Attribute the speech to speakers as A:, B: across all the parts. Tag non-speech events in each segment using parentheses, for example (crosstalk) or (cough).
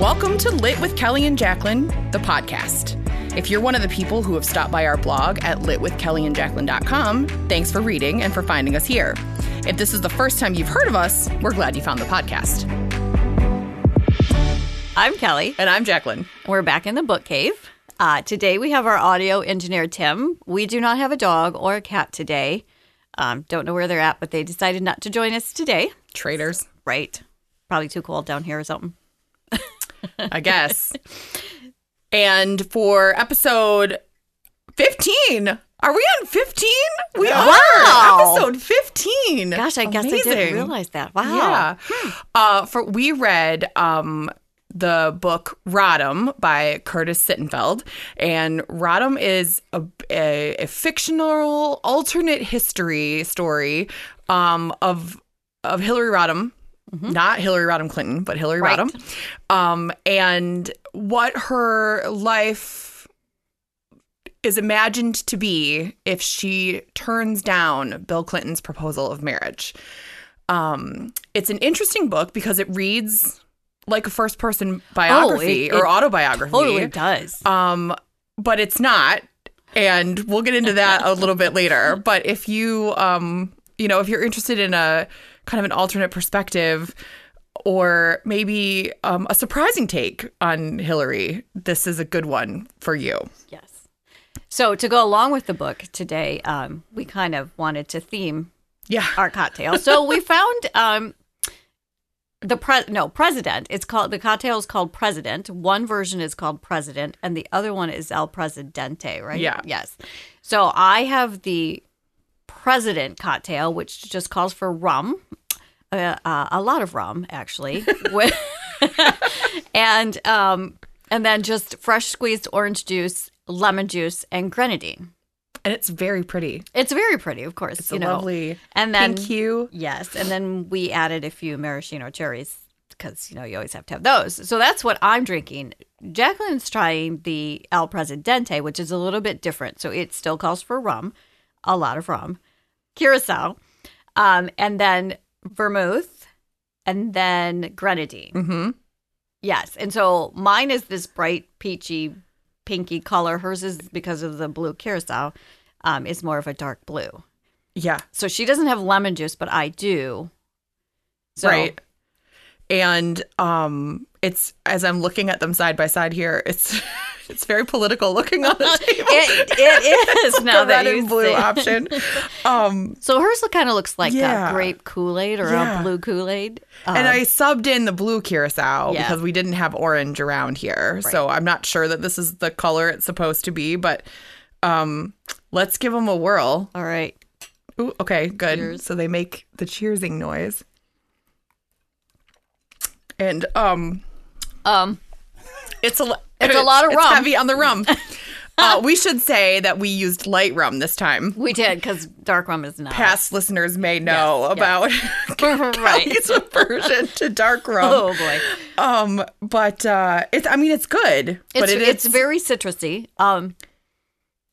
A: Welcome to Lit with Kelly and Jacqueline, the podcast. If you're one of the people who have stopped by our blog at litwithkellyandjacqueline.com, thanks for reading and for finding us here. If this is the first time you've heard of us, we're glad you found the podcast.
B: I'm Kelly.
A: And I'm Jacqueline.
B: We're back in the book cave. Uh, today we have our audio engineer, Tim. We do not have a dog or a cat today. Um, don't know where they're at, but they decided not to join us today.
A: Traders,
B: Right. Probably too cold down here or something.
A: I guess.
B: (laughs)
A: and for episode 15, are we on 15? We
B: Wow.
A: are. Episode 15.
B: Gosh, I guess I didn't
A: Amazing.
B: realize that. Wow. Hmm.
A: Yeah. Uh, for we read um, the book Rodham by Curtis Sittenfeld, and Rodham is a, a, a fictional alternate history story um, of of Hillary Rodham. Not Hillary Rodham Clinton, but Hillary
B: Mm-hmm. Right.
A: Rodham, um, and what her life is imagined to be if she turns down Bill Clinton's proposal of marriage um it's an interesting book because it reads like a first person biography
B: Oh, it-
A: or
B: it
A: autobiography
B: Totally does.
A: um but it's not and we'll get into that a little bit
B: (laughs)
A: later but if you um you know if you're interested in a kind of an alternate perspective or maybe um, a surprising take on Hillary. This is a good one for you.
B: yes. So to go along with the book today, um, we kind of wanted to theme
A: Yeah.
B: our cocktail. So we found um the pre no president. It's called the cocktail is called president. One version is called president, and the other one is El Presidente, right?
A: Yeah.
B: Yes. So I have the president cocktail, which just calls for rum, uh, uh, a lot of rum actually, (laughs) with, and um and then just fresh squeezed orange juice, lemon juice, and grenadine.
A: And it's very pretty.
B: It's very pretty, of course.
A: It's
B: you
A: a
B: know.
A: lovely
B: and then
A: pink hue.
B: Yes, and then we added a few maraschino cherries because you know you always have to have those. So that's what I'm drinking. Jacqueline's trying the El Presidente, which is a little bit different. So it still calls for rum, a lot of rum, curacao, um, and then vermouth, and then grenadine.
A: Mm-hmm.
B: Yes, and so mine is this bright peachy, pinky color. Hers is because of the blue curacao. Um, is more of a dark blue.
A: Yeah.
B: So she doesn't have lemon juice, but I do. So,
A: Right. And um it's as I'm looking at them side by side here, it's (laughs) it's very political looking on
B: (laughs)
A: the table.
B: It, it is
A: (laughs)
B: now
A: the
B: that
A: red
B: you
A: and blue
B: say- (laughs)
A: option. Um
B: So hers kind of looks like
A: Yeah.
B: a grape Kool Aid or
A: Yeah.
B: a blue Uh, Kool Aid.
A: and I subbed in the blue curacao
B: Uh-huh. Yeah.
A: because we didn't have orange around here. So I'm not sure that this is the color it's supposed to be, but um let's give them a whirl.
B: all right.
A: Ooh, okay, good.
B: Cheers.
A: So they make the cheersing noise. And um
B: Um,
A: It's (laughs) a lo-
B: It's a lot of
A: it's
B: rum.
A: Heavy on the
B: (laughs)
A: rum. uh, we should say that we used light rum this time.
B: we did because dark rum is not (laughs)
A: Past listeners may know about (laughs)
B: right.
A: Kelly's aversion to dark rum.
B: (laughs) Oh
A: (laughs)
B: boy,
A: Um, but uh, it's I mean it's good, but
B: it's
A: it
B: it's
A: is
B: very citrusy. Um,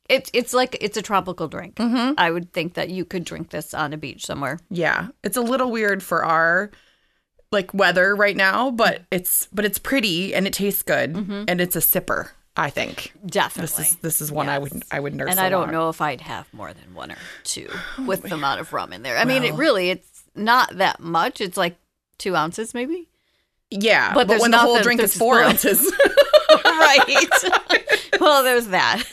B: it's it's like it's a tropical drink.
A: Mm-hmm.
B: I would think that you could drink this on a beach somewhere.
A: yeah, it's a little weird for our like weather right now, but it's but it's pretty and it tastes good
B: Mm-hmm.
A: and it's a sipper. I think
B: Definitely.
A: this is this is one I would I would nurse.
B: and I don't
A: along.
B: know if I'd have more than one or
A: (sighs)
B: two
A: Oh
B: with the amount of rum in there. I mean, it really it's not that much. It's like two
A: (laughs)
B: ounces, maybe. (laughs)
A: Yeah,
B: But
A: but,
B: there's
A: when the whole
B: nothing-
A: drink
B: this
A: is
B: is
A: four
B: four. (laughs)
A: ounces.
B: right. well, there's that.
A: (laughs)
B: (laughs)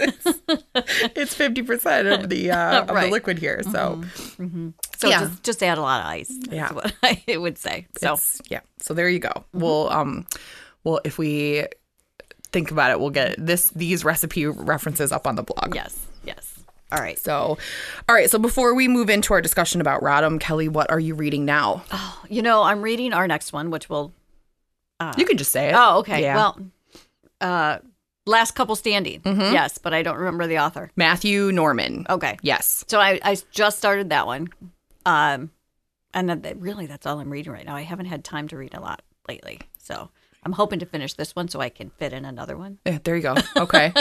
A: it's 50% of the uh, of the
B: Right. Mm-hmm.
A: liquid here so
B: So
A: Yeah.
B: just just add a lot of ice. That's
A: Yeah.
B: what (laughs) I would say. So Mm-hmm.
A: it's- yeah so there you go we'll um well if we think about it we'll get this these recipe references up on the blog
B: yes, yes. All right.
A: so all right so before we move into our discussion about radom kelly what are you reading now
B: You know, I'm reading our next one, which will.
A: you can just say it
B: Oh, okay.
A: Yeah.
B: Well, uh, last couple standing.
A: Mm-hmm.
B: Yes, but I don't remember the author.
A: matthew norman
B: Okay.
A: yes
B: So I, I just started that one. Um, and then, really, that's all I'm reading right now. I haven't had time to read a lot lately. So I'm hoping to finish this one so I can fit in another one.
A: Yeah, there you go.
B: (laughs)
A: Okay.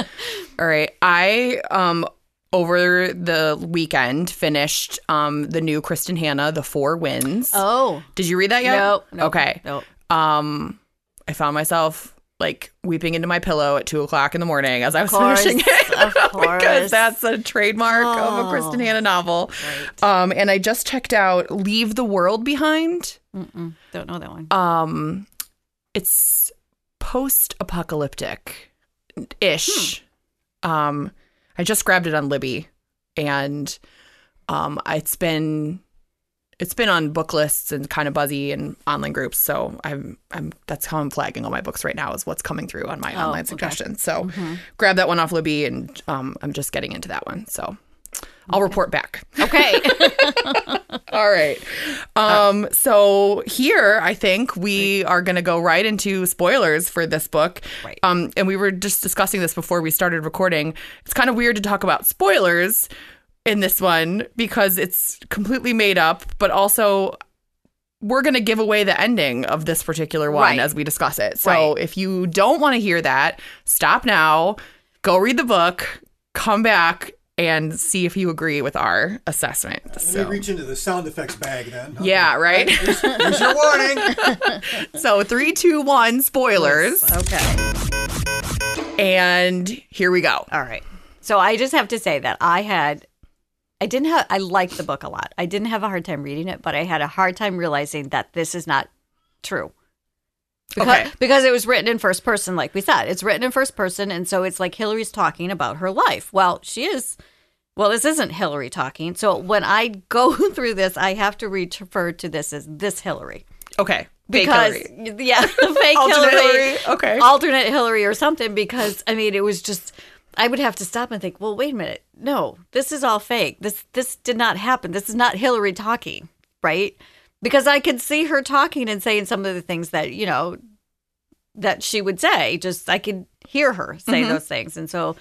A: All right. I um over the weekend finished um the new Kristen Hanna, The Four Winds.
B: Oh,
A: Did you read that yet?
B: no, no.
A: Okay.
B: No.
A: Um I found myself like weeping into my pillow at two o'clock in the morning as I was
B: course,
A: finishing it.
B: of course.
A: (laughs)
B: Oh.
A: because that's a trademark of a Kristen Hanna novel. Um, and I just checked out Leave the World Behind.
B: Mm-mm, don't know that one.
A: Um, it's post apocalyptic ish. Um, I just grabbed it on Libby and um, it's been it's been on book lists and kind of buzzy and online groups. So I'm I'm that's how I'm flagging all my books right now is what's coming through on my
B: Oh,
A: online
B: okay. Mm-hmm.
A: suggestions. So grab that one off Libby and um, I'm just getting into that one. So I'll report back.
B: (laughs) okay.
A: All right. Um, so here, I think we are going to go right into spoilers for this book.
B: Right.
A: Um, and we were just discussing this before we started recording. It's kind of weird to talk about spoilers in this one because it's completely made up, but also we're going to give away the ending of this particular one
B: Right.
A: as we discuss it. So
B: Right.
A: if you don't want to hear that, stop now, go read the book, come back. And see if you agree with our assessment.
C: Let
A: So-
C: me reach into the sound effects bag then. Okay.
A: yeah, right?
C: Here's your warning.
A: (laughs) so, three, two, one, spoilers.
B: okay.
A: And here we go.
B: All right. So I just have to say that I had, I didn't have, I liked the book a lot. I didn't have a hard time reading it, but I had a hard time realizing that this is not true. Because,
A: Okay.
B: because it was written in first person, like we said, it's written in first person. And so it's like Hillary's talking about her life. Well, she is Well, this isn't Hillary talking. So when I go (laughs) through this, I have to refer to this as this Hillary.
A: Okay. Fake
B: Because,
A: Hillary. (laughs)
B: yeah, (laughs) fake
A: Alternate
B: Hillary.
A: Hillary, okay.
B: Alternate Hillary or something because I mean, it was just I would have to stop and think, "Well, wait a minute. No, this is all fake. This this did not happen. This is not Hillary talking, right?" Because I could see her talking and saying some of the things that, you know, that she would say. Just I could hear her say those things, and so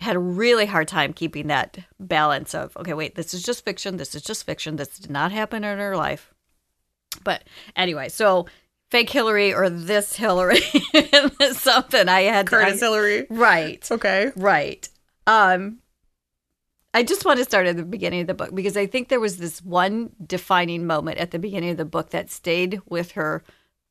B: had a really hard time keeping that balance of okay, wait, this is just fiction. This is just fiction. This did not happen in her life. But anyway, so fake Hillary or this Hillary, (laughs) something I had
A: Curtis
B: I-
A: Hillary.
B: right.
A: Okay.
B: Right. Um I just want to start at the beginning of the book because I think there was this one defining moment at the beginning of the book that stayed with her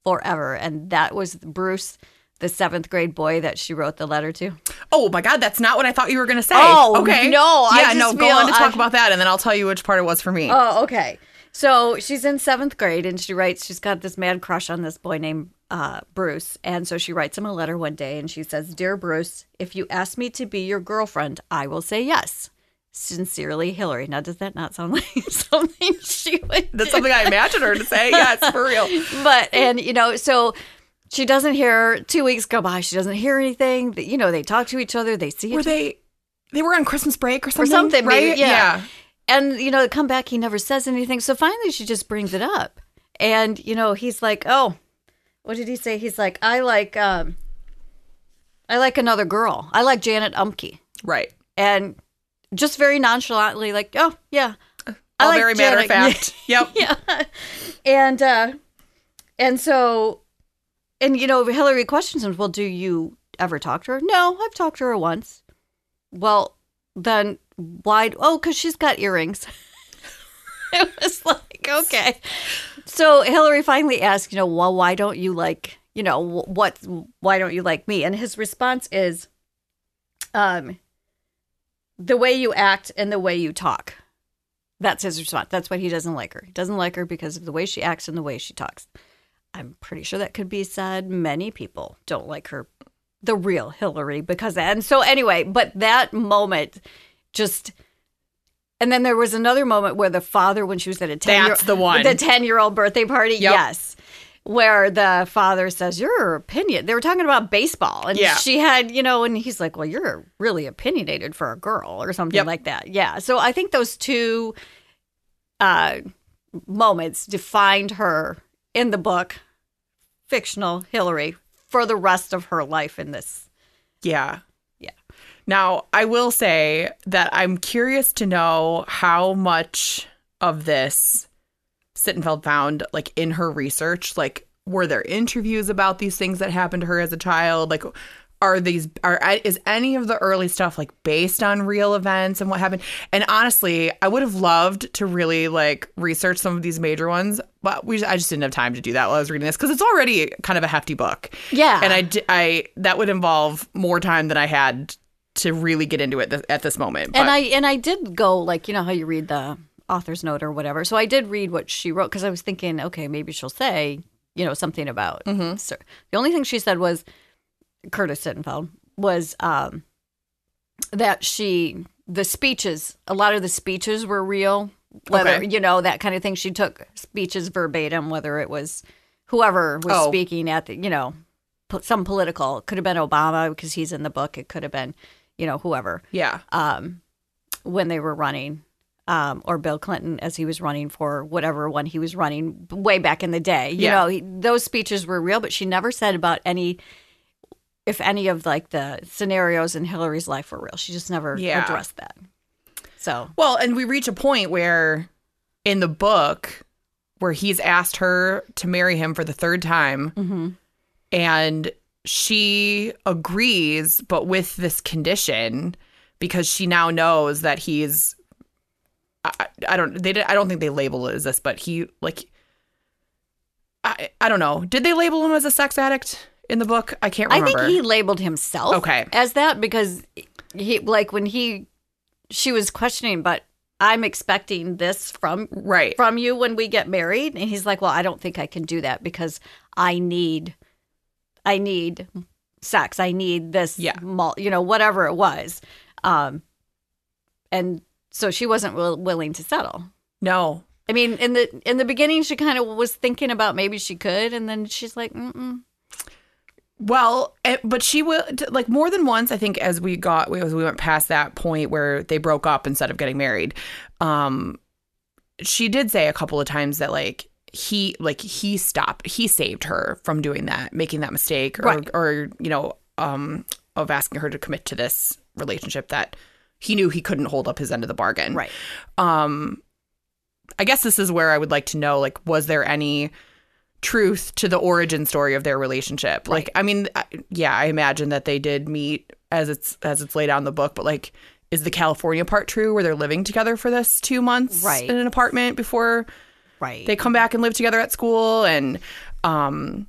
B: forever and that was Bruce the 7th grade boy that she wrote the letter to.
A: Oh my God, that's not what I thought you were going to say.
B: Oh,
A: okay.
B: no, I
A: Yeah,
B: just
A: no, go
B: feel
A: on to talk
B: I-
A: about that and then I'll tell you which part it was for me.
B: Oh, okay. So she's in seventh grade and she writes, she's got this mad crush on this boy named uh, Bruce. And so she writes him a letter one day and she says, Dear Bruce, if you ask me to be your girlfriend, I will say yes. Sincerely, Hillary. Now, does that not sound (laughs) like something she would
A: That's something I imagined her to
B: (laughs)
A: say. Yeah, it's for real.
B: but and you know so she doesn't hear two weeks go by she doesn't hear anything you know they talk to each other they see
A: Were
B: each
A: they, they were on Christmas break or
B: or
A: something?
B: something,
A: right?
B: maybe. Yeah. And you know, come back, he never says anything. So finally, she just brings it up, and you know, he's like, "Oh, what did he say?" He's like, "I like, um, I like another girl. I like Janet Umke,"
A: Right.
B: and just very nonchalantly, like, "Oh, yeah." I
A: All
B: like
A: very matter of
B: (laughs) Janet."
A: fact. Yep.
B: yeah. And uh and so and you know, Hillary questions him, Well, do you ever talk to her? No, I've talked to her once. Well, then why oh, because she's got earrings. (laughs) it was like, okay. So Hillary finally asks, you know, well, why don't you like, you know, wh- what why don't you like me? And his response is um the way you act and the way you talk. That's his response. That's why he doesn't like her. He doesn't like her because of the way she acts and the way she talks. I'm pretty sure that could be said. Many people don't like her, the real Hillary, because and so anyway. But that moment, just and then there was another moment where the father, when she was at a ten,
A: That's the one.
B: the ten year old birthday party,
A: Yep.
B: yes, where the father says, "Your opinion." They were talking about baseball, and
A: Yeah.
B: she had, you know, and he's like, "Well, you're really opinionated for a girl," or something
A: Yep.
B: like that. Yeah. So I think those two uh, moments defined her in the book, fictional Hillary, for the rest of her life in this.
A: Yeah.
B: Yeah.
A: Now, I will say that I'm curious to know how much of this Sittenfeld found like in her research. Like, were there interviews about these things that happened to her as a child? Like, are these are is any of the early stuff like based on real events and what happened and honestly i would have loved to really like research some of these major ones but we just, i just didn't have time to do that while i was reading this because it's already kind of a hefty book
B: Yeah.
A: and I, d- I that would involve more time than i had to really get into it th- at this moment But-
B: and I and I did go like you know how you read the author's note or whatever. So I did read what she wrote because I was thinking, okay, maybe she'll say you know something about.
A: Mm-hmm.
B: Sir. The only thing she said was Curtis Sittenfeld was um, that she the speeches a lot of the speeches were real whether
A: Okay.
B: you know that kind of thing she took speeches verbatim whether it was whoever was
A: Oh.
B: speaking at the you know po- some political It could have been obama because he's in the book it could have been you know whoever
A: yeah
B: um, when they were running, um, or Bill Clinton as he was running for whatever one he was running way back in the day. You
A: Yeah.
B: know, he, those speeches were real, but she never said about any, if any of like the scenarios in Hillary's life were real. She just never
A: Yeah.
B: addressed that. So
A: Well, and we reach a point where in the book where he's asked her to marry him for the third time
B: Mm-hmm.
A: and she agrees but with this condition because she now knows that he's I, I- I don't they did, I don't think they label it as this but he like I I don't know. Did they label him as a sex addict in the book? I can't
B: I
A: remember.
B: think he labeled himself
A: Okay.
B: as that because he, like, when he, she was questioning, but I'm expecting this from
A: right.
B: from you when we get married and he's like well i don't think i can do that because i need i need sex i need this
A: Yeah.
B: mul- you know whatever it was um and so she wasn't will- willing to settle
A: No.
B: i mean in the in the beginning she kind of was thinking about maybe she could and then she's like mm
A: Well, eh, but she will t- like more than once. I think as we got as we went past that point where they broke up instead of getting married, um, she did say a couple of times that like he like he stopped he saved her from doing that making that mistake or
B: Right.
A: or you know um of asking her to commit to this relationship that he knew he couldn't hold up his end of the bargain
B: right
A: um i guess this is where i would like to know like was there any truth to the origin story of their relationship like i mean I- yeah i imagine that they did meet as it's as it's laid out in the book but like is the california part true where they're living together for this two months
B: Right.
A: in an apartment before
B: right
A: they come back and live together at school and um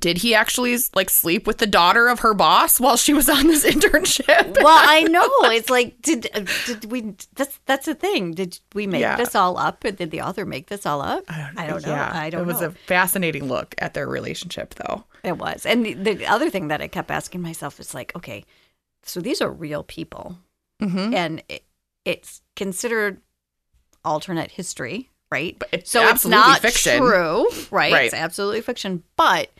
A: did he actually like sleep with the daughter of her boss while she was on this (laughs) internship
B: (laughs) well i know it's like did uh, did we that's that's the thing did we make
A: Yeah.
B: this all up or did the author make this all up i don't, know i don't
A: it was
B: know
A: a fascinating look at their relationship though
B: It was. And the, the other thing that I kept asking myself is like, okay, so these are real people.
A: Mhm.
B: And it, it's considered alternate history, right?
A: But it's
B: so
A: absolutely
B: it's not
A: fiction.
B: true, right?
A: (laughs) Right.
B: It's absolutely fiction. But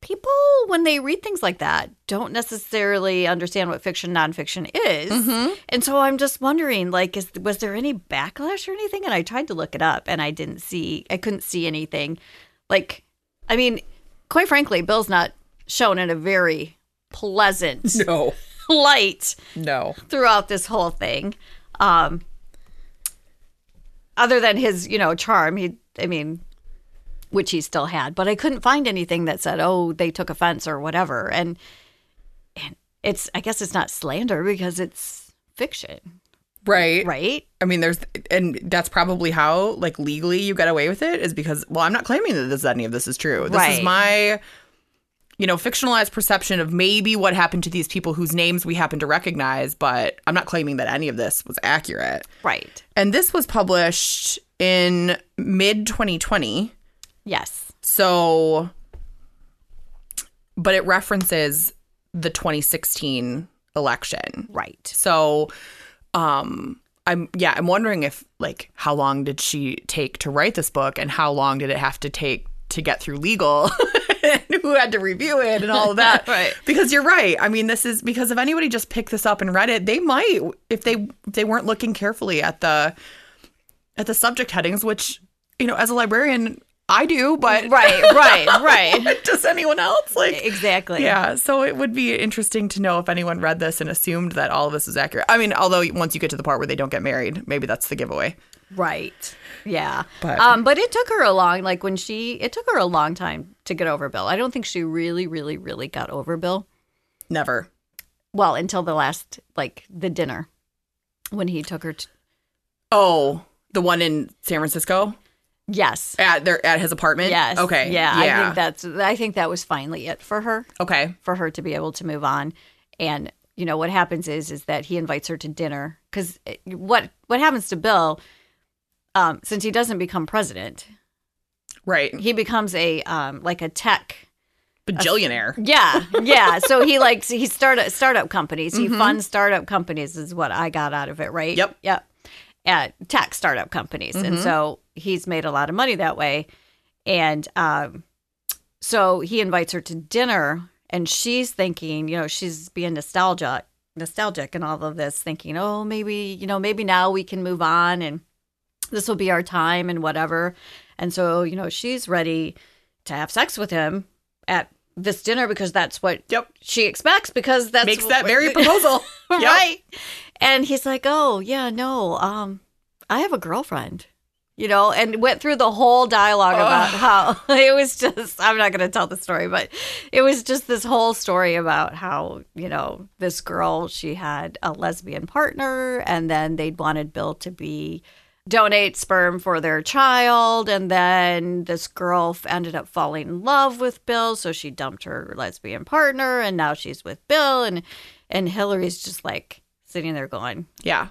B: people, when they read things like that, don't necessarily understand what fiction, nonfiction is.
A: Mm-hmm.
B: And so I'm just wondering, like, is was there any backlash or anything? And I tried to look it up, and I didn't see, I couldn't see anything. Like, I mean, quite frankly, Bill's not shown in a very pleasant (laughs)
A: No,
B: light
A: no.
B: throughout this whole thing. Um, other than his, you know, charm, he, I mean, which he still had, but I couldn't find anything that said, "Oh, they took offense" or whatever. And and it's, I guess, it's not slander because it's fiction,
A: Right.
B: right?
A: I mean, there's, and that's probably how, like, legally you got away with it is because, well, I'm not claiming that this, any of this is true. This
B: Right.
A: is my, you know, fictionalized perception of maybe what happened to these people whose names we happen to recognize, but I'm not claiming that any of this was accurate.
B: Right.
A: And this was published in mid 2020.
B: Yes.
A: So, but it references the 2016 election.
B: Right.
A: So, um, I'm yeah, I'm wondering if like how long did she take to write this book, and how long did it have to take to get through legal, (laughs) and who had to review it, and all of that.
B: (laughs) Right.
A: Because you're right. I mean, this is because if anybody just picked this up and read it, they might if they if they weren't looking carefully at the at the subject headings, which you know, as a librarian, I do, but
B: Right. Right.
A: (laughs)
B: Right.
A: does anyone else like (laughs)
B: exactly.
A: yeah, so it would be interesting to know if anyone read this and assumed that all of this is accurate. I mean, although once you get to the part where they don't get married, maybe that's the giveaway.
B: Right. Yeah.
A: But-
B: um, but it took her a long like when she it took her a long time to get over Bill. I don't think she really, really, really got over Bill.
A: Never.
B: Well, until the last like the dinner when he took her to
A: Oh, the one in San Francisco
B: Yes.
A: at their at his apartment.
B: Yes.
A: Okay.
B: Yeah, I
A: Yeah.
B: think that's I think that was finally it for her.
A: okay.
B: for her to be able to move on and you know what happens is is that he invites her to dinner because what what happens to bill um, since he doesn't become president
A: Right.
B: he becomes a um, like a tech
A: Bajillionaire.
B: yeah yeah so he likes he started startup companies he funds startup companies is what i got out of it right
A: Yep.
B: yep at tech startup companies and so he's made a lot of money that way and um, so he invites her to dinner and she's thinking you know she's being nostalgic nostalgic and all of this thinking oh maybe you know maybe now we can move on and this will be our time and whatever and so you know she's ready to have sex with him at this dinner because that's what
A: Yep.
B: she expects because that's
A: Makes
B: what-
A: that very proposal. (laughs) Yep.
B: (laughs) right and he's like oh yeah no um i have a girlfriend you know and went through the whole dialogue about how (laughs) it was just i'm not going to tell the story but it was just this whole story about how you know this girl she had a lesbian partner and then they'd wanted bill to be donate sperm for their child and then this girl f- ended up falling in love with bill so she dumped her lesbian partner and now she's with bill and and hillary's just like sitting there going
A: Yeah.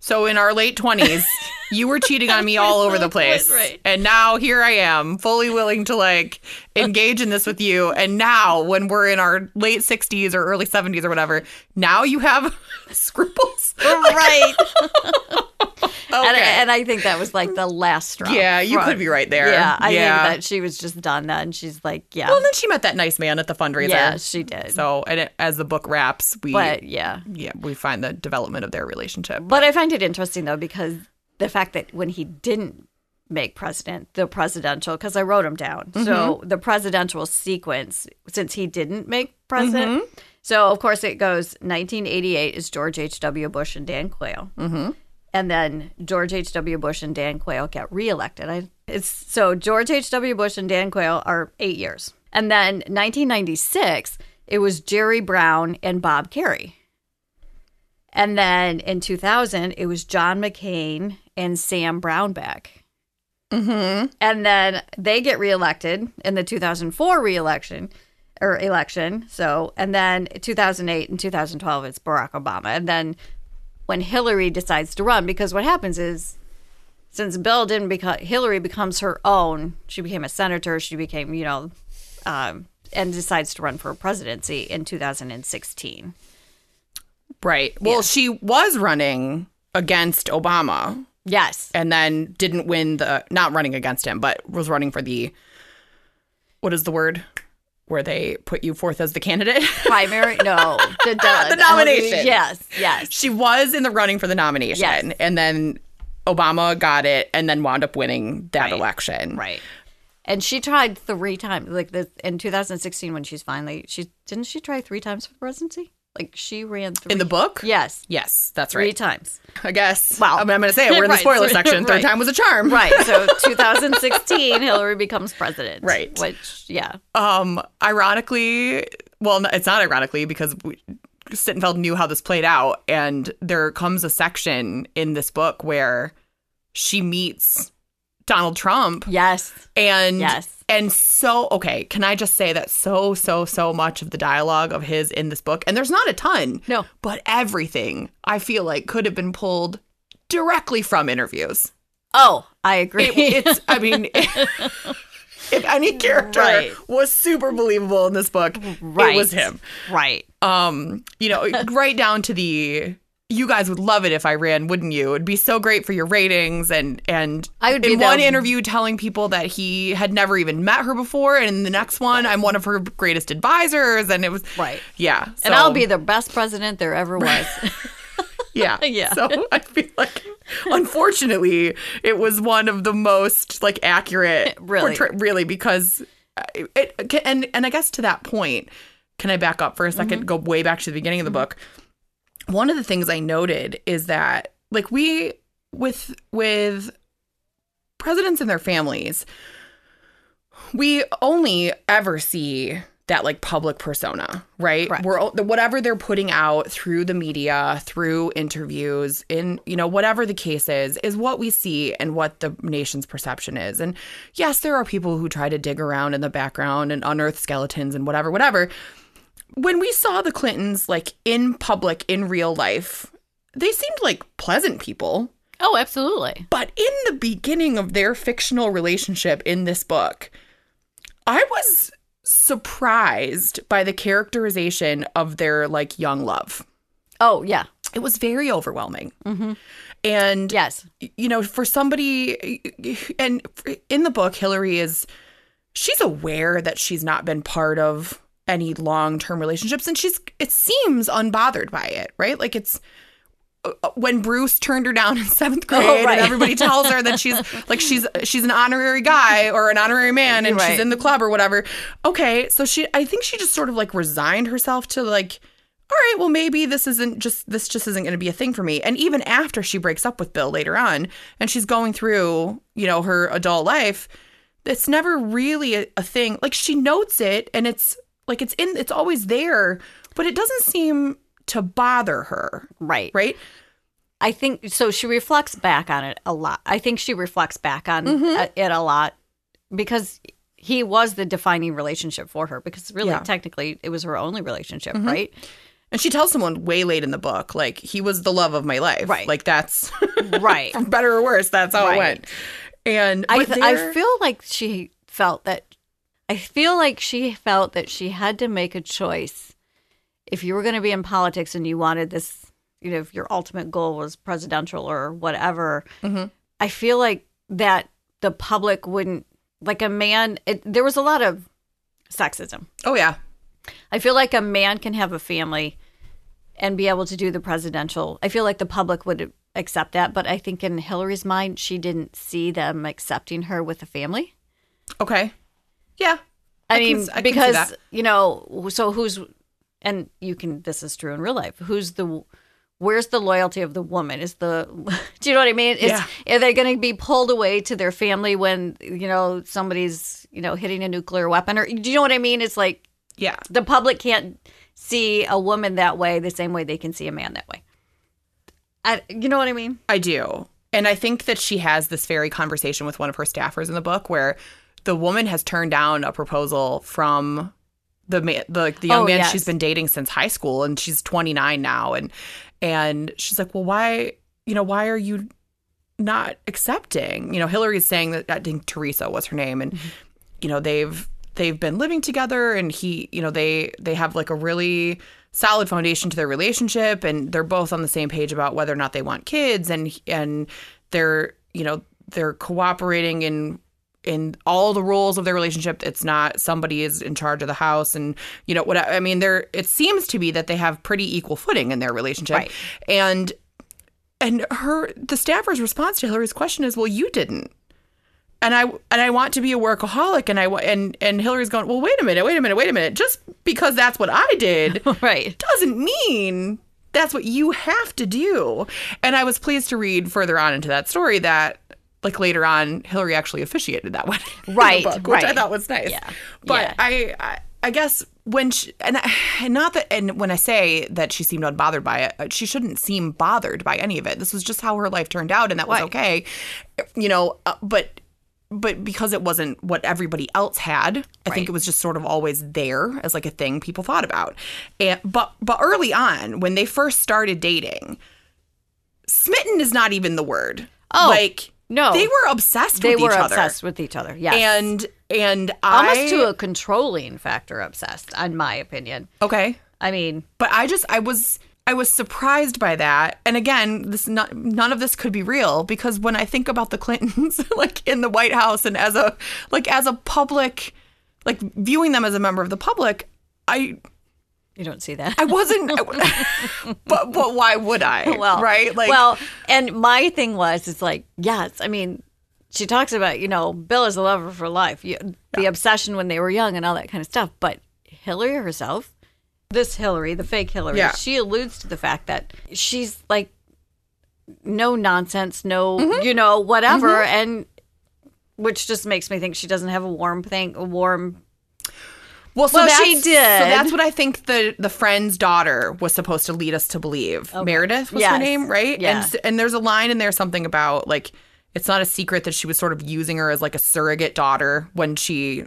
A: So in our late
B: (laughs)
A: twenties, you were cheating on me all over the place,
B: Right.
A: and now here I am, fully willing to like engage in this with you. And now, when we're in our late sixties or early seventies or whatever, now you have (laughs) scruples.
B: right
A: Okay.
B: and, I, and i think that was like the last straw
A: Yeah, you
B: Right.
A: could be right there.
B: yeah i
A: Yeah.
B: think that she was just done then she's like yeah
A: well, and then she met that nice man at the fundraiser.
B: yeah she did
A: So, and it, as the book wraps, we
B: but yeah
A: yeah we find the development of their relationship.
B: But I find it interesting though because the fact that when he didn't make president, the presidential, because I wrote him down. So the presidential sequence, since he didn't make president, so of course it goes 1988 is George H. W. Bush and Dan Quayle, mm-hmm. and then George H. W. Bush and Dan Quayle get reelected. I it's so George H. W. Bush and Dan Quayle are eight years, and then 1996 it was Jerry Brown and Bob Kerry. And then in 2000, it was John McCain and Sam Brownback. Mm-hmm. And then they get reelected in the 2004 reelection or election. So, and then 2008 and 2012, it's Barack Obama. And then when Hillary decides to run, because what happens is since Bill didn't become, Hillary becomes her own. She became a senator. She became, you know, um, and decides to run for presidency in 2016.
A: Right. Well, she was running against Obama
B: Yes.
A: and then didn't win the not running against him, but was running for the what is the word where they put you forth as the candidate? (laughs)
B: primary? No, the, do-
A: The nomination.
B: Yes,
A: (laughs)
B: yes.
A: she was in the running for the nomination
B: Yes.
A: and then Obama got it and then wound up winning that election.
B: Right. And she tried three times, like the in 2016 when she's finally she didn't she try three times for the presidency? Like she ran three
A: In the book?
B: (laughs) Yes,
A: Yes, that's
B: three
A: right.
B: times.
A: I guess.
B: Wow.
A: I mean, I'm going to say it. We're in the
B: (laughs) Right.
A: spoiler section. Third
B: Right.
A: time was a charm.
B: Right. So 2016, Hillary becomes president.
A: Right.
B: Which yeah,
A: Um, ironically, well, no, it's not ironically because we, Sittenfeld knew how this played out, and there comes a section in this book where she meets Donald Trump,
B: yes,
A: and
B: Yes.
A: and so okay, can I just say that so so so much of the dialogue of his in this book, and there's not a ton,
B: No.
A: but everything I feel like could have been pulled directly from interviews.
B: oh, I agree. (laughs)
A: It- it's i mean (laughs) if any character
B: Right.
A: was super believable in this book
B: right.
A: it was him
B: Right.
A: um you know right down to the you guys would love it if i ran wouldn't you it'd be so great for your ratings and and
B: I would be
A: in one
B: the-
A: interview telling people that he had never even met her before and in the next one i'm one of her greatest advisors and it was
B: Right.
A: yeah so-
B: And I'll be the best president there
A: (laughs)
B: ever was. (laughs)
A: Yeah.
B: Yeah.
A: So I feel like, unfortunately, it was one of the most like accurate,
B: (laughs) Really.
A: portray- really, because uh, it, it and and I guess to that point, can I back up for a 2nd
B: Mm-hmm.
A: Go way back to the beginning of the book. One of the things I noted is that like we with with presidents and their families, we only ever see that like public persona, right?
B: Correct.
A: We're the whatever they're putting out through the media, through interviews, in you know whatever the case is, is what we see and what the nation's perception is. And yes, there are people who try to dig around in the background and unearth skeletons and whatever, whatever. When we saw the Clintons like in public in real life, they seemed like pleasant people.
B: Oh, absolutely.
A: But in the beginning of their fictional relationship in this book, I was surprised by the characterization of their like young love.
B: Oh, yeah.
A: It was very overwhelming. And
B: Yes.
A: you know, for somebody and in the book Hillary is she's aware that she's not been part of any long-term relationships and she's it seems unbothered by it, right? Like it's uh, when Bruce turned her down in seventh grade,
B: right.
A: and everybody tells her that she's like she's she's an honorary guy or an honorary man, and
B: Right.
A: she's in the club or whatever. Okay, so she, I think she just sort of like resigned herself to like, all right, well maybe this isn't just this just isn't going to be a thing for me. And even after she breaks up with Bill later on, and she's going through you know her adult life, it's never really a, a thing. Like she notes it, and it's like it's in, it's always there, but it doesn't seem to bother her,
B: Right.
A: right?
B: I think so. She reflects back on it a lot. I think she reflects back on uh, it a lot because he was the defining relationship for her. Because really,
A: Yeah.
B: technically, it was her only relationship, right?
A: And she tells someone way late in the book, like, he was the love of my life.
B: Right.
A: Like, that's (laughs)
B: Right.
A: for better or worse, that's how
B: Right.
A: it went. And
B: I
A: but
B: th- I
A: there-
B: feel like she felt that. I feel like she felt that she had to make a choice. If you were going to be in politics and you wanted this, you know, if your ultimate goal was presidential or whatever,
A: Mm-hmm.
B: I feel like that the public wouldn't like a man. It, there was a lot of sexism.
A: Oh, yeah.
B: I feel like a man can have a family and be able to do the presidential. I feel like the public would accept that, but I think in Hillary's mind, she didn't see them accepting her with a family.
A: Okay. Yeah.
B: I,
A: I can
B: mean,
A: s- I can see
B: because
A: that.
B: you know, so who's and you can this is true in real life. Who's the where's the loyalty of the woman? Is the (laughs) do you know what I mean? Is, Are they going to be pulled away to their family when you know somebody's you know hitting a nuclear weapon or do you know what I mean? It's like
A: Yeah.
B: the public can't see a woman that way the same way they can see a man that way. I, you know what I mean?
A: I do. And I think that she has this very conversation with one of her staffers in the book where the woman has turned down a proposal from the man, the, the young
B: Oh,
A: man
B: yes.
A: she's been dating since high school and she's 29 now and and she's like, "Well, why, you know, why are you not accepting?" You know, Hillary's saying that I think Teresa was her name
B: Mm-hmm.
A: and you know, they've they've been living together and he, you know, they they have like a really solid foundation to their relationship and they're both on the same page about whether or not they want kids and and they're, you know, they're cooperating in in all the roles of their relationship. It's not somebody is in charge of the house and you know what I I mean, there it seems to be that they have pretty equal footing in their relationship.
B: Right.
A: And and her the staffer's response to Hillary's question is, "Well, you didn't." and I and I want to be a workaholic and I wa- and and Hillary's going, "Well, wait a minute. Wait a minute. Wait a minute. Just because that's what I
B: (laughs)
A: did
B: (laughs) Right.
A: doesn't mean that's what you have to do." And I was pleased to read further on into that story that like later on Hillary actually officiated that wedding. in the
B: Right,
A: book, which I
B: right.
A: thought was nice.
B: Yeah,
A: But
B: yeah.
A: I, I I guess when she, and, I, and not that and when I say that she seemed unbothered by it, uh, she shouldn't seem bothered by any of it. This was just how her life turned out and that was
B: Right.
A: okay. You know, uh, but but because it wasn't what everybody else had, I think
B: Right.
A: it was just sort of always there as like a thing people thought about. And but but early on when they first started dating, smitten is not even the word.
B: Oh,
A: like
B: no.
A: they were obsessed
B: They
A: with
B: were
A: each
B: obsessed with each other. Yes.
A: other, and and
B: almost
A: I
B: to a controlling factor obsessed in my opinion
A: okay.
B: i mean
A: But I just I was I was surprised by that. And again, this not, none of this could be real because when I think about the Clintons (laughs) like in the White House and as a like as a public like viewing them as a member of the public, I
B: you don't see that
A: I wasn't (laughs) I w- but but why would I?
B: (laughs) well
A: right? Like
B: well and my thing was it's like yes i mean she talks about you know bill is the lover for life you, the obsession when they were young and all that kind of stuff but hillary herself this hillary the fake hillary
A: Yeah.
B: she alludes to the fact that she's like no nonsense, no,
A: Mm-hmm.
B: you know, whatever. And which just makes me think she doesn't have a warm thing, a warm.
A: Well, so
B: Well,
A: that's,
B: she
A: So
B: did.
A: that's what I think the the friend's daughter was supposed to lead us to believe. Meredith was her
B: Yes.
A: name, right?
B: Yeah.
A: And s- and there's a line in there something about like it's not a secret that she was sort of using her as like a surrogate daughter when she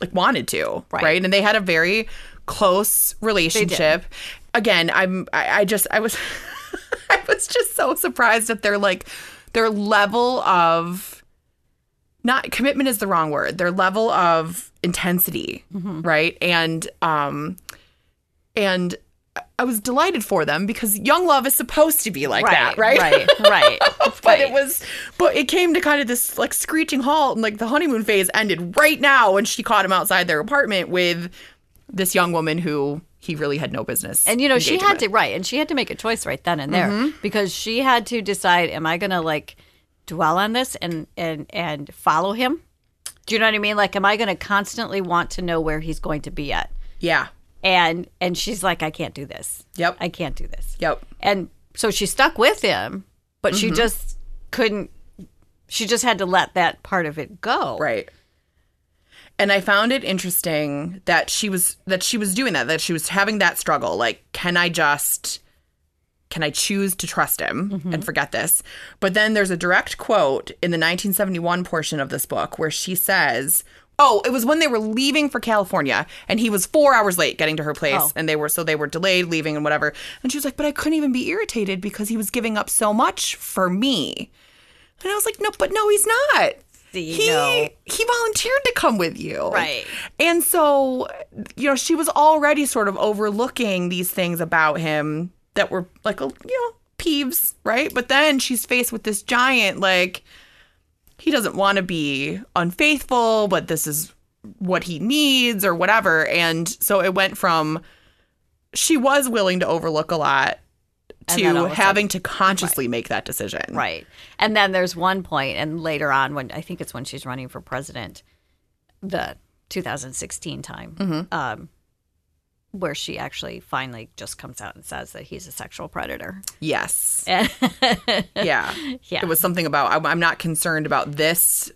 A: like wanted to, right?
B: Right.
A: And they had a very close relationship. Again, I'm I, I just I was (laughs) I was just so surprised at their like their level of not commitment is the wrong word their level of intensity
B: Mm-hmm.
A: right and um and i was delighted for them because young love is supposed to be like that right
B: Right. Right.
A: (laughs) but it was but it came to kind of this like screeching halt and like the honeymoon phase ended right now when she caught him outside their apartment with this young woman who he really had no business
B: And you know, she
A: engaging
B: had
A: with.
B: to right, and she had to make a choice right then and there
A: Mm-hmm.
B: because she had to decide: Am I going to like dwell on this and and and follow him? Do you know what I mean? Like, am I going to constantly want to know where he's going to be at?
A: yeah
B: And and she's like, I can't do this.
A: Yep.
B: I can't do this.
A: yep Mm-hmm.
B: And so she stuck with him, but she just couldn't. She just had to let that part of it go.
A: Right. And I found it interesting that she was that she was doing that, that she was having that struggle. Like, can I just can I choose to trust him
B: Mm-hmm.
A: and forget this? But then there's a direct quote in the 1971 portion of this book where she says, Oh, it was when they were leaving for California and he was four hours late getting to her place
B: Oh.
A: and they were so they were delayed leaving and whatever. And she was like, But I couldn't even be irritated because he was giving up so much for me. And I was like, No, but no, he's not.
B: See,
A: he
B: no.
A: he volunteered to come with you.
B: Right.
A: And so, you know, she was already sort of overlooking these things about him that were like, you know, peeves, right? But then she's faced with this giant, like, he doesn't want to be unfaithful, but this is what he needs or whatever. And so it went from she was willing to overlook a lot
B: And then all
A: to
B: of a
A: having to consciously make that decision.
B: Right. And then there's one point, and later on, when I think it's when she's running for president, the 2016 time,
A: Mm-hmm.
B: um, where she actually finally just comes out and says that he's a sexual predator. (laughs)
A: Yes.
B: And-
A: yeah.
B: Yeah.
A: It was something about I'm, I'm not concerned about this.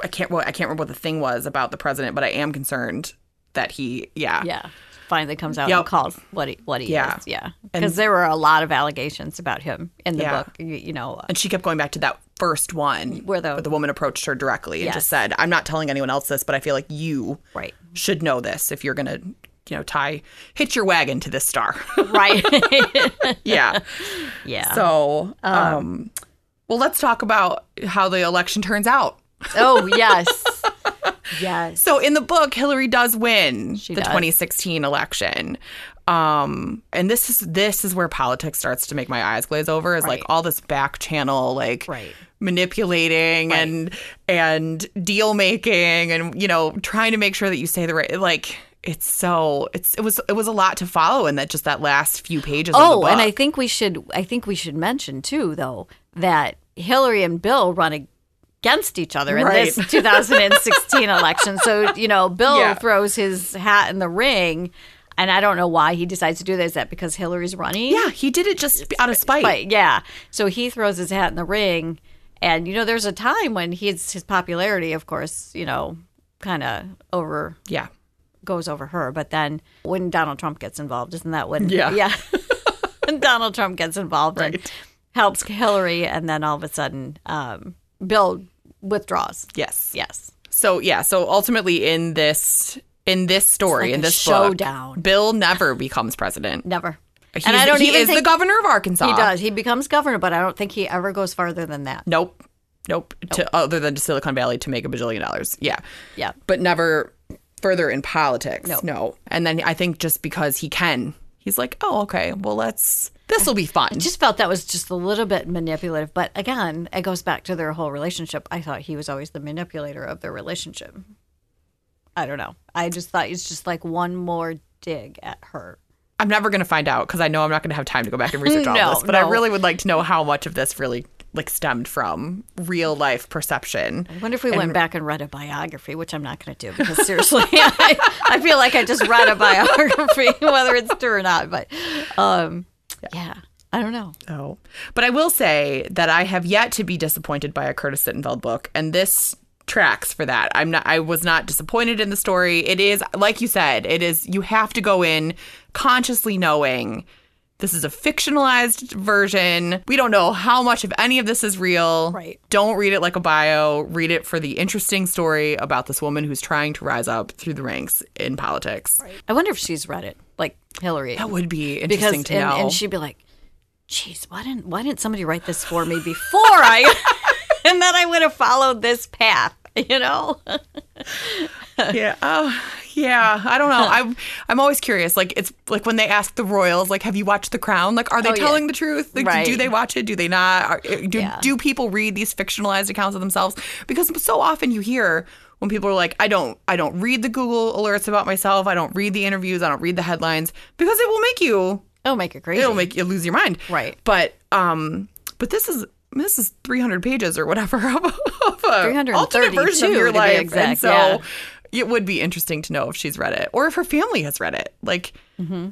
A: I can't. Well, I can't remember what the thing was about the president, but I am concerned that he. Yeah.
B: yeah. Finally comes out
A: Yep.
B: and called what he, what he
A: Yeah.
B: is. Yeah.
A: And-
B: Because there were a lot of allegations about him in the
A: Yeah.
B: book, you, you know. uh,
A: And she kept going back to that first one
B: Where the-
A: woman approached her directly and just
B: Yes.
A: said, "I'm not telling anyone else this, but I feel like you (laughs)
B: Right.
A: should know this if you're gonna." You know, tie hitch your wagon to this star. (laughs)
B: Right.
A: yeah.
B: yeah.
A: So, um, well, let's talk about how the election turns out.
B: (laughs) oh, yes. Yes.
A: So in the book, Hillary does win the
B: does.
A: 2016 election. Um, and this is this is where politics starts to make my eyes glaze over is like
B: Right.
A: all this back channel like
B: Right.
A: manipulating and and deal making and you know trying to make sure that you say the right like it's so it's it was it was a lot to follow in that just that last few pages of the
B: Oh,
A: book.
B: and I think we should I think we should mention too though that Hillary and Bill run against each other in
A: Right. (laughs)
B: this 2016 election. So, you know, Bill
A: Yeah.
B: throws his hat in the ring and I don't know why he decides to do that. Is that because Hillary's running?
A: yeah, he did it just out of spite.
B: But yeah. So he throws his hat in the ring and you know there's a time when he's his popularity of course, you know, kind of over
A: Yeah.
B: goes over her. But then when Donald Trump gets involved, isn't that when?
A: Yeah.
B: Yeah. (laughs) when Donald Trump gets involved and
A: Right.
B: helps Hillary, and then all of a sudden, um, Bill withdraws.
A: Yes.
B: Yes.
A: So yeah, so ultimately in this in this story,
B: like
A: in
B: a
A: this
B: showdown.
A: book, Bill never becomes president.
B: Never.
A: He's-
B: and I don't
A: he
B: even
A: is the
B: think
A: governor of Arkansas.
B: he does. He becomes governor, but I don't think he ever goes farther than that.
A: Nope. Nope. To other than to Silicon Valley to make a bajillion dollars. Yeah.
B: Yeah.
A: But never further in politics.
B: No.
A: No. And then I think just because he can, he's like, Oh, okay, well let's this will be fun.
B: Just felt that was just a little bit manipulative, but again, it goes back to their whole relationship. I thought he was always the manipulator of their relationship. I don't know. I just thought it's just like one more dig at her.
A: I'm never gonna find out because I know I'm not gonna have time to go back and research all
B: (laughs) No,
A: this. But I
B: no.
A: really would like to know how much of this really like stemmed from real life perception.
B: I wonder if we went back and read a biography, which I'm not going to do because
A: (laughs)
B: seriously, (laughs) I, I (laughs) feel like I just read a biography, whether it's true or not. But um, yeah. I don't know.
A: Oh. But I will say that I have yet to be disappointed by a Curtis Sittenfeld book, and this tracks for that. I'm not I was not disappointed in the story. It is like you said, it is you have to go in consciously knowing this is a fictionalized version. We don't know how much of any of this is real.
B: Right.
A: Don't read it like a bio. Read it for the interesting story about this woman who's trying to rise up through the ranks in politics.
B: I wonder if she's read it, like Hillary.
A: That would be
B: because
A: interesting
B: and,
A: to know.
B: and she'd be like, "Jeez, why didn't why didn't somebody write this for me before I?" (laughs) and then I would have followed this path, (laughs) you know. (laughs)
A: yeah. Oh, yeah. I don't know. I'm I'm always curious. Like it's like when they ask the royals, like, have you watched The Crown? Like, are they
B: Oh, yeah.
A: telling the truth? Like, do- do
B: Right.
A: they watch it? Do they not? Are, eh, do
B: Yeah.
A: do people read these fictionalized accounts of themselves? Because so often you hear when people are like, I don't I don't read the Google alerts about myself. I don't read the interviews. I don't read the headlines because it will make you
B: It'll make it crazy.
A: it'll make you lose your mind.
B: Right.
A: But um but this is this is 300 pages or whatever (laughs) of a, of a alternate
B: 332
A: version of your
B: to be
A: life. and
B: exact,
A: so
B: yeah.
A: it would be interesting to know if she's read it or if her family has read it. Like
B: Mm-hmm.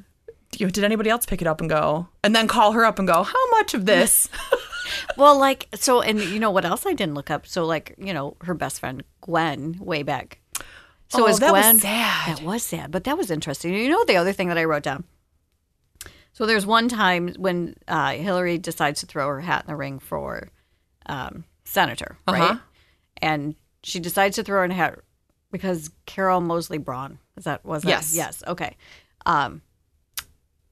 A: you know, did anybody else pick it up and go and then call her up and go, "How much of
B: (laughs)
A: this?"
B: Well, like so, and you know what else I didn't look up? So, like you know, her best friend Gwen way back. So
A: Oh,
B: is
A: that was
B: Gwen
A: sad.
B: That was sad, but that was interesting. You know, the other thing that I wrote down. So there's one time when uh, Hillary decides to throw her hat in the ring for um, senator,
A: Uh-huh.
B: right? And she decides to throw her hat because Carol Mosley Braun is that was that?
A: Yes.
B: yes okay. Um,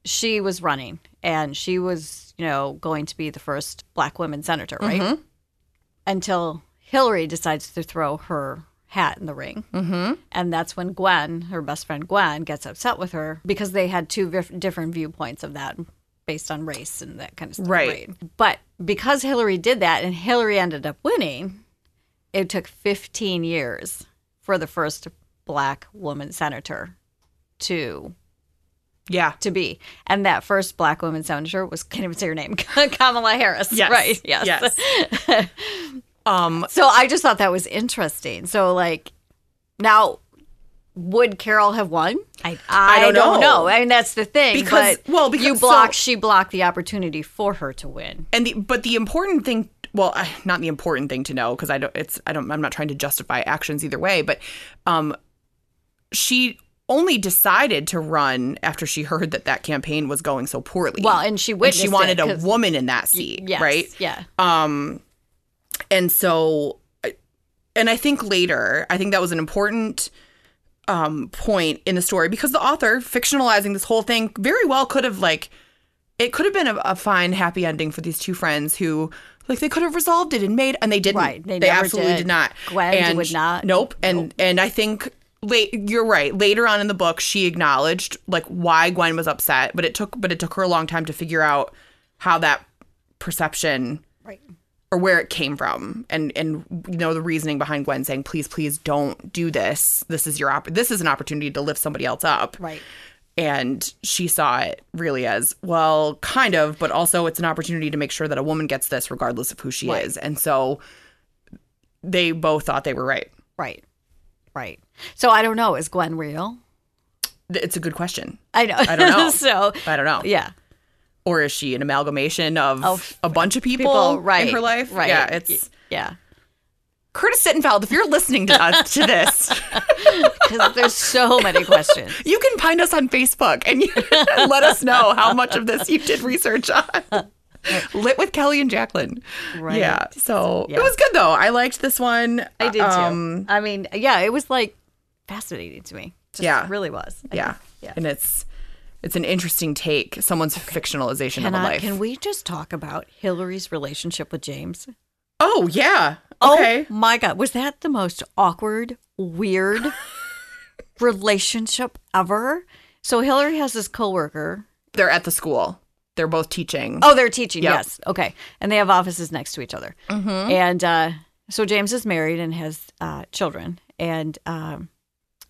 B: she was running and she was, you know, going to be the first black woman senator, right? Until Hillary decides to throw her hat in the ring. Mm-hmm. And that's when Gwen, her best friend Gwen, gets upset with her because they had two vif- different viewpoints of that based on race and that kind of stuff.
A: Right.
B: But because Hillary did that and Hillary ended up winning, it took 15 years for the first black woman senator to
A: Yeah.
B: to be. And that first black woman senator was can't even say her name, (laughs) Kamala Harris.
A: Yes.
B: Right. Yes.
A: Yes.
B: (laughs)
A: um
B: So I just thought that was interesting. So like now would Carol have won? I, I,
A: don't know.
B: I mean that's the thing.
A: Because-
B: but
A: well, because-
B: you block
A: so-
B: she blocked the opportunity for her to win.
A: and the but the important thing well I- not the important thing to know because i don't it's i don't i'm not trying to justify actions either way but um she only decided to run after she heard that that campaign was going so poorly
B: Well, and she
A: and
B: witnessed
A: she wanted
B: it,
A: a
B: 'cause-
A: woman in that seat
B: Yes,
A: right Um,
B: Yeah.
A: and so I- and i think later i think that was an important um point in the story because the author fictionalizing this whole thing very well could have like it could have been a, a fine happy ending for these two friends who like they could have resolved it and made and they didn't
B: Right, they never
A: absolutely did,
B: did.
A: not
B: Gwen
A: and
B: would not.
A: nope and and i think late you're right later on in the book she acknowledged like why gwen was upset but it took but it took her a long time to figure out how that perception
B: Right.
A: or where it came from and and you know the reasoning behind Gwen saying please please don't do this this is your op- this is an opportunity to lift somebody else up
B: Right.
A: and she saw it really as well kind of but also it's an opportunity to make sure that a woman gets this regardless of who she
B: Right.
A: is and so they both thought they were right
B: Right. Right. So I don't know, is Gwen real?
A: Th- it's a good question
B: I know.
A: I don't know.
B: (laughs) so
A: I don't know
B: yeah.
A: or is she an amalgamation of
B: Of
A: a bunch of people,
B: People, right.
A: in her life
B: Right.
A: yeah it's
B: yeah.
A: Curtis Sittenfeld if you're listening to us to
B: (laughs)
A: this
B: Because there's so many questions.
A: You can find us on Facebook and you, (laughs) let us know how much of this you did research
B: (laughs)
A: on. Lit with Kelly and Jacqueline.
B: Right.
A: Yeah. So
B: Yeah.
A: it was good though. I liked this one.
B: I did too.
A: Um,
B: I mean, yeah, it was like fascinating to me. Just
A: Yeah.
B: really was. I
A: yeah.
B: think. yeah.
A: And it's it's an interesting take, someone's fictionalization
B: Can,
A: of a
B: I,
A: life.
B: can we just talk about Hillary's relationship with James?
A: oh yeah.
B: Oh
A: Okay.
B: my God, was that the most awkward, weird
A: (laughs)
B: relationship ever? So Hillary has this coworker.
A: They're at the school. They're both teaching.
B: Oh, they're teaching.
A: Yep. Mm-hmm.
B: Yes, okay, and they have offices next to each other. And uh, so James is married and has uh, children, and um,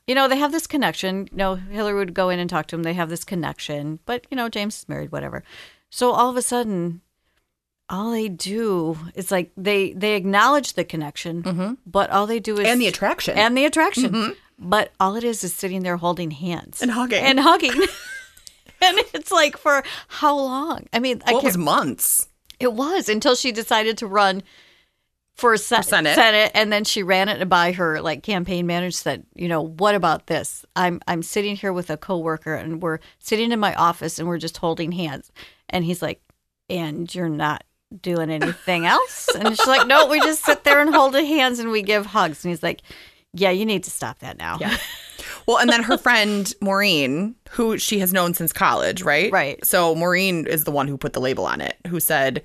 B: you know, they have this connection. You know, Hillary would go in and talk to him. They have this connection, but you know, James is married, whatever. So all of a sudden, all they do is like they they acknowledge the connection, but all they do is
A: Mm-hmm. and the attraction.
B: and the attraction. But all it is is sitting there holding hands
A: And hugging.
B: and hugging. (laughs) and it's like for how long? I mean, I
A: What was
B: can't,
A: months?
B: it was until she decided to run for se-
A: Senate.
B: and then she ran it by her like campaign manager said, you know, what about this? I'm I'm sitting here with a coworker and we're sitting in my office and we're just holding hands, and he's like, and you're not doing anything else, and she's like, no, we just sit there and hold hands and we give hugs, and he's like. Yeah, you need to stop that now. Yeah.
A: Well, and then her friend Maureen, who she has known since college, right?
B: Right.
A: So Maureen is the one who put the label on it, who said,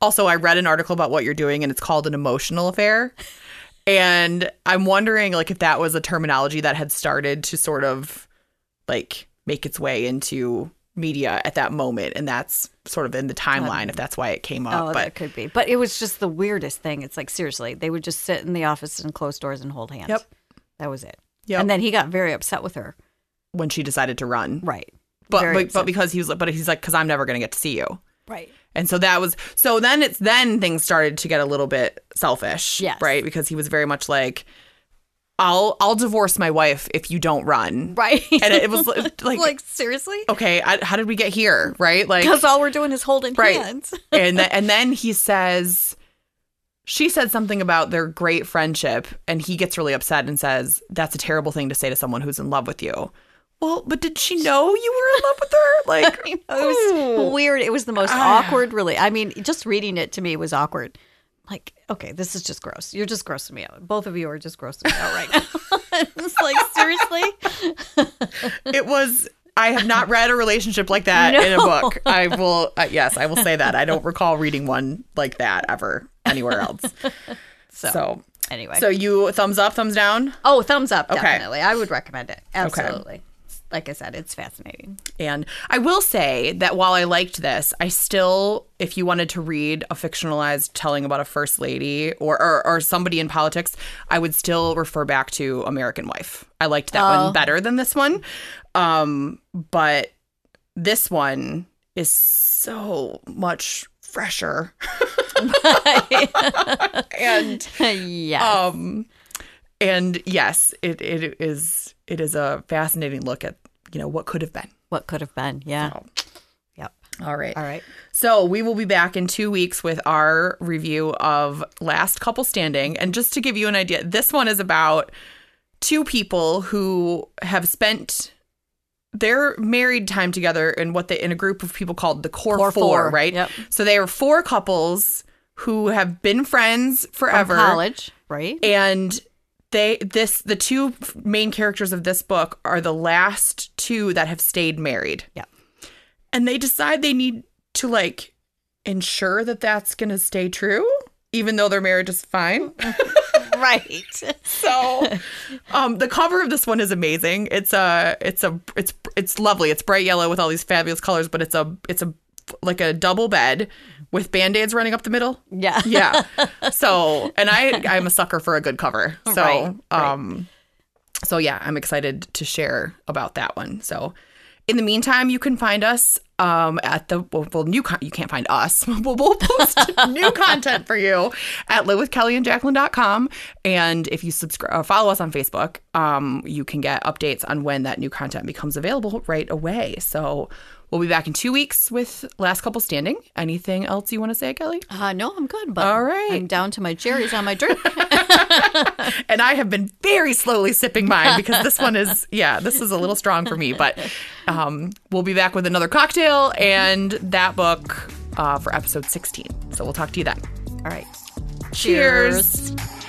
A: Also, I read an article about what you're doing and it's called an emotional affair. And I'm wondering like if that was a terminology that had started to sort of like make its way into media at that moment and that's sort of in the timeline if that's why it came up.
B: Oh, that
A: Uh, but
B: could be. But it was just the weirdest thing. It's like seriously, they would just sit in the office and close doors and hold hands.
A: Yep.
B: That was it.
A: Yep.
B: And then he got very upset with her.
A: when she decided to run.
B: Right.
A: But
B: Very
A: but, but
B: upset.
A: because he was like but he's like cuz I'm never going to get to see you. (laughs)
B: right.
A: And so that was so then it's then things started to get a little bit selfish,
B: Yes.
A: right? Because he was very much like I'll I'll divorce my wife if you don't run.
B: Right.
A: And it (laughs) was
B: (laughs)
A: like,
B: like seriously?
A: okay, I, how did we get here, right? Like
B: (laughs) Because all we're doing is holding
A: right.
B: (laughs) hands.
A: and th- and then he says she said something about their great friendship and he gets really upset and says that's a terrible thing to say to someone who's in love with you. Well, but did she know you were in love with
B: (laughs)
A: her? Like
B: You know, it was weird. It was the most
A: Ah.
B: awkward. Really, I mean, just reading it to me was awkward. Like, okay, this is just gross. You're just grossing me out. Both of you are just grossing me out right now. (laughs) it's like seriously.
A: (laughs) it was i have not read a relationship like that in a book i will uh, yes i will say that i don't recall reading one like that ever anywhere else so so,
B: Anyway,
A: you thumbs up thumbs down
B: Oh, thumbs up, definitely. I would recommend it.
A: Okay.
B: Absolutely. Like I said, it's fascinating. (laughs)
A: and i will say that while i liked this i still if you wanted to read a fictionalized telling about a first lady or or, or somebody in politics i would still refer back to american wife i liked that one better than this one um but this one is so much fresher (laughs) and
B: yeah.
A: um and yes it it is it is a fascinating look at you know what could have been
B: what could have been? Yeah. Yep.
A: all right
B: All right.
A: so we will be back in two weeks with our review of last couple standing and just to give you an idea this one is about two people who have spent their married time together in what they in a group of people called the core,
B: Core
A: four,
B: four,
A: right
B: yep.
A: so they are four couples who have been friends forever
B: College, right?
A: (laughs) and they this the two f- main characters of this book are the last two that have stayed married
B: Yeah.
A: and they decide they need to like ensure that that's going to stay true even though their marriage is fine
B: right.
A: so um the cover of this one is amazing it's a it's a it's it's lovely it's bright yellow with all these fabulous colors but it's a it's a like a double bed with band-aids running up the middle
B: (laughs) Yeah.
A: yeah so and i i'm a sucker for a good cover so
B: Right, right.
A: um so yeah i'm excited to share about that one so in the meantime you can find us um at the well, well new con- you can't find us (laughs) we'll, we'll post (laughs) new content for you at livewithkellyandjacqueline.com and if you subscribe or follow us on facebook um you can get updates on when that new content becomes available right away so we'll be back in two weeks with last couple standing anything else you want to say kelly
B: Uh, no, I'm good, but
A: All right.
B: I'm down to my cherries on my drink.
A: (laughs) and I have been very slowly sipping mine because this one is, yeah, this is a little strong for me. But um, we'll be back with another cocktail and that book uh, for episode 16. So we'll talk to you then.
B: All right.
A: Cheers.
B: Cheers.